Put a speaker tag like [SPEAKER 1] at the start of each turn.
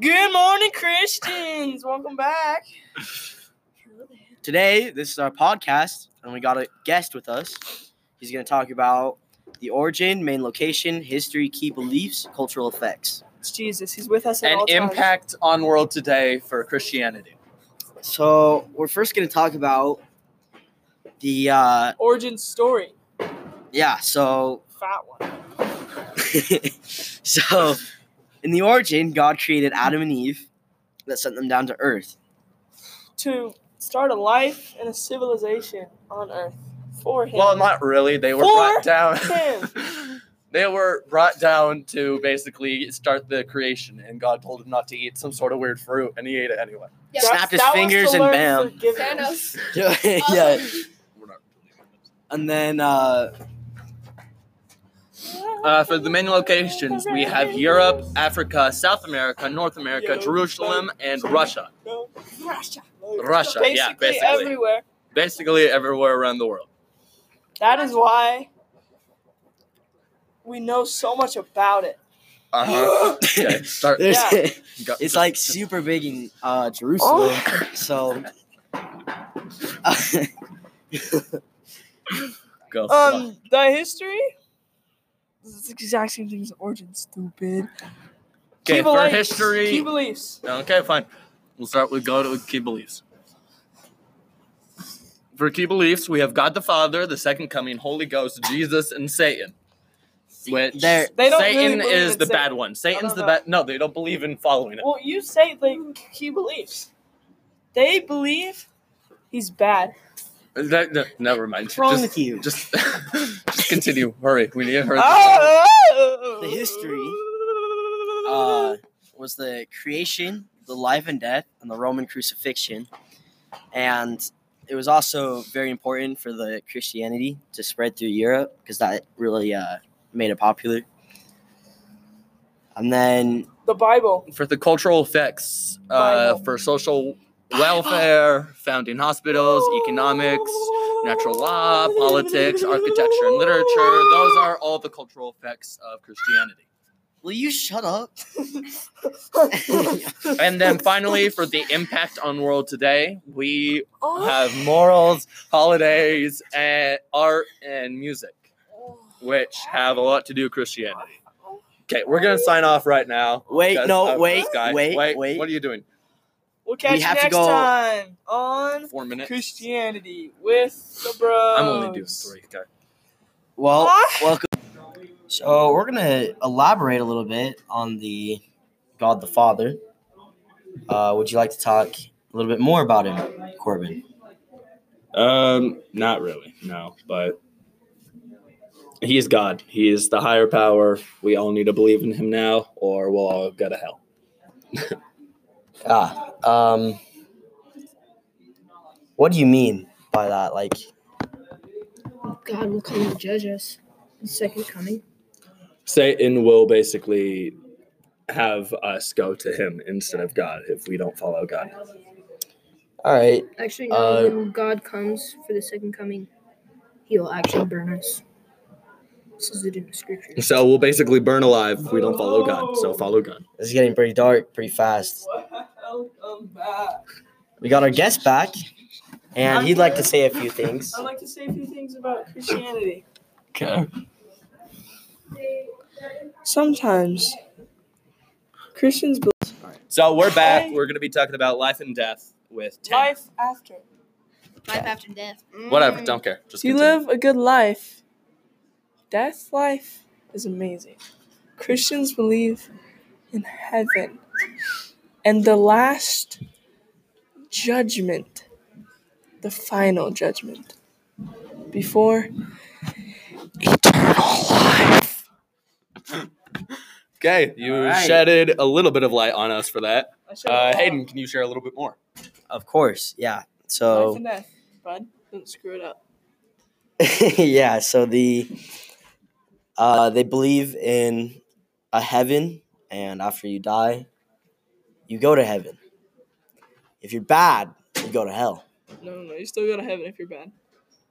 [SPEAKER 1] Good morning, Christians. Welcome back.
[SPEAKER 2] Today, this is our podcast, and we got a guest with us. He's going to talk about the origin, main location, history, key beliefs, cultural effects.
[SPEAKER 1] It's Jesus. He's with us at
[SPEAKER 3] and
[SPEAKER 1] all times.
[SPEAKER 3] impact on world today for Christianity.
[SPEAKER 2] So, we're first going to talk about the, uh,
[SPEAKER 1] Origin story.
[SPEAKER 2] yeah, so,
[SPEAKER 1] Fat one.
[SPEAKER 2] so in the origin, God created Adam and Eve that sent them down to earth.
[SPEAKER 1] To start a life and a civilization on Earth for him.
[SPEAKER 3] Well, not really. They were
[SPEAKER 1] For
[SPEAKER 3] brought down.
[SPEAKER 1] him.
[SPEAKER 3] they were brought down to basically start the creation, and God told him not to eat some sort of weird fruit, and he ate it anyway.
[SPEAKER 4] Yeah.
[SPEAKER 2] Snap. snapped his fingers and bam.
[SPEAKER 1] Thanos.
[SPEAKER 4] Thanos. Oh.
[SPEAKER 2] yeah.
[SPEAKER 3] We're not
[SPEAKER 2] And then, uh,
[SPEAKER 3] Uh, for the main locations, we have Europe, Africa, South America, North America, Jerusalem, and Russia.
[SPEAKER 1] Russia.
[SPEAKER 3] Russia,
[SPEAKER 1] Basically,
[SPEAKER 3] yeah, basically.
[SPEAKER 1] everywhere.
[SPEAKER 3] Basically, everywhere around the world.
[SPEAKER 1] That is why we know so much about it.
[SPEAKER 3] Uh-huh. Okay, start.
[SPEAKER 2] there's,
[SPEAKER 1] Yeah.
[SPEAKER 3] go-
[SPEAKER 2] it's like super big in uh, Jerusalem. So,
[SPEAKER 3] go.
[SPEAKER 1] Um, the history. This is the exact same thing as origin. Stupid.
[SPEAKER 3] okay,
[SPEAKER 1] Key
[SPEAKER 3] for
[SPEAKER 1] beliefs.
[SPEAKER 3] history.
[SPEAKER 1] Key beliefs.
[SPEAKER 3] Okay, fine. We'll start with God with key beliefs. For key beliefs, we have God the Father, the Second Coming, Holy Ghost, Jesus, and Satan. Which
[SPEAKER 2] There-
[SPEAKER 1] They don't really
[SPEAKER 3] Satan
[SPEAKER 1] believe
[SPEAKER 3] is
[SPEAKER 1] in
[SPEAKER 3] the
[SPEAKER 1] Satan.
[SPEAKER 3] bad one. Satan's the
[SPEAKER 1] know.
[SPEAKER 3] bad. No, they don't believe in following it.
[SPEAKER 1] Well, you say the key beliefs. They believe he's bad.
[SPEAKER 3] That- that- never mind.
[SPEAKER 2] what's wrong
[SPEAKER 3] just,
[SPEAKER 2] with you?
[SPEAKER 3] Just, just continue. Hurry. We need to hurry.
[SPEAKER 1] Ah! Oh!
[SPEAKER 2] The history, uh, was the creation, the life and death, and the Roman crucifixion. And it was also very important for the Christianity to spread through Europe because that really uh, made it popular. And then,
[SPEAKER 1] The Bible.
[SPEAKER 3] for the cultural effects, uh,
[SPEAKER 1] Bible.
[SPEAKER 3] for social welfare, founding hospitals, economics, natural law, politics, architecture, and literature. Those are all the cultural effects of Christianity.
[SPEAKER 2] will you shut up?
[SPEAKER 3] And then finally, for the impact on world today, we
[SPEAKER 1] Oh.
[SPEAKER 3] have morals, holidays, and art and music, which have a lot to do with Christianity. Okay, we're gonna sign off right now.
[SPEAKER 2] Wait,
[SPEAKER 3] because
[SPEAKER 2] no,
[SPEAKER 3] of
[SPEAKER 2] wait,
[SPEAKER 3] this guy.
[SPEAKER 2] wait,
[SPEAKER 3] wait,
[SPEAKER 2] wait.
[SPEAKER 3] What are you doing?
[SPEAKER 1] We'll catch
[SPEAKER 2] We
[SPEAKER 1] you
[SPEAKER 2] have to
[SPEAKER 1] next
[SPEAKER 2] go-
[SPEAKER 1] time on
[SPEAKER 3] Four minutes.
[SPEAKER 1] Christianity with the bros.
[SPEAKER 3] I'm only doing three. Okay.
[SPEAKER 2] Well,
[SPEAKER 1] What?
[SPEAKER 2] welcome. So we're gonna elaborate a little bit on the God the Father. Uh, would you like to talk a little bit more about him, Corbin?
[SPEAKER 3] Um, not really, no. But he is God. He is the higher power. We all need to believe in him now, or we'll all go to hell.
[SPEAKER 2] Ah, um, what do you mean by that? Like,
[SPEAKER 4] God will come and judge us. The second coming.
[SPEAKER 3] Satan will basically have us go to him instead of God if we don't follow God.
[SPEAKER 2] all right,
[SPEAKER 4] Actually, no.
[SPEAKER 2] Uh,
[SPEAKER 4] when God comes for the second coming, He will actually burn us. This is it in the scripture.
[SPEAKER 3] So we'll basically burn alive if we don't follow God. So follow God.
[SPEAKER 2] this is getting pretty dark pretty fast.
[SPEAKER 1] Welcome back.
[SPEAKER 2] We got our guest back, and he'd like to say a few things.
[SPEAKER 1] I'd like to say a few things about Christianity.
[SPEAKER 3] Okay.
[SPEAKER 1] Sometimes Christians believe
[SPEAKER 3] So we're back. We're gonna be talking about life and death with Tanner.
[SPEAKER 1] life after.
[SPEAKER 4] Life after death.
[SPEAKER 3] Whatever. Don't care. Just
[SPEAKER 1] If you
[SPEAKER 3] continue.
[SPEAKER 1] live a good life, death life is amazing. Christians believe in heaven and the last judgment, the final judgment, before eternal life.
[SPEAKER 3] Okay, you
[SPEAKER 2] All right.
[SPEAKER 3] shedded a little bit of light on us for that. Uh, Hayden, can you share a little bit more?
[SPEAKER 2] Of course, yeah.
[SPEAKER 1] Life
[SPEAKER 2] So,
[SPEAKER 1] and death, bud. Don't screw it up.
[SPEAKER 2] yeah, so the uh, they believe in a heaven, and after you die, you go to heaven. If you're bad, you go to hell.
[SPEAKER 1] No, no, no. You still go to heaven if you're bad.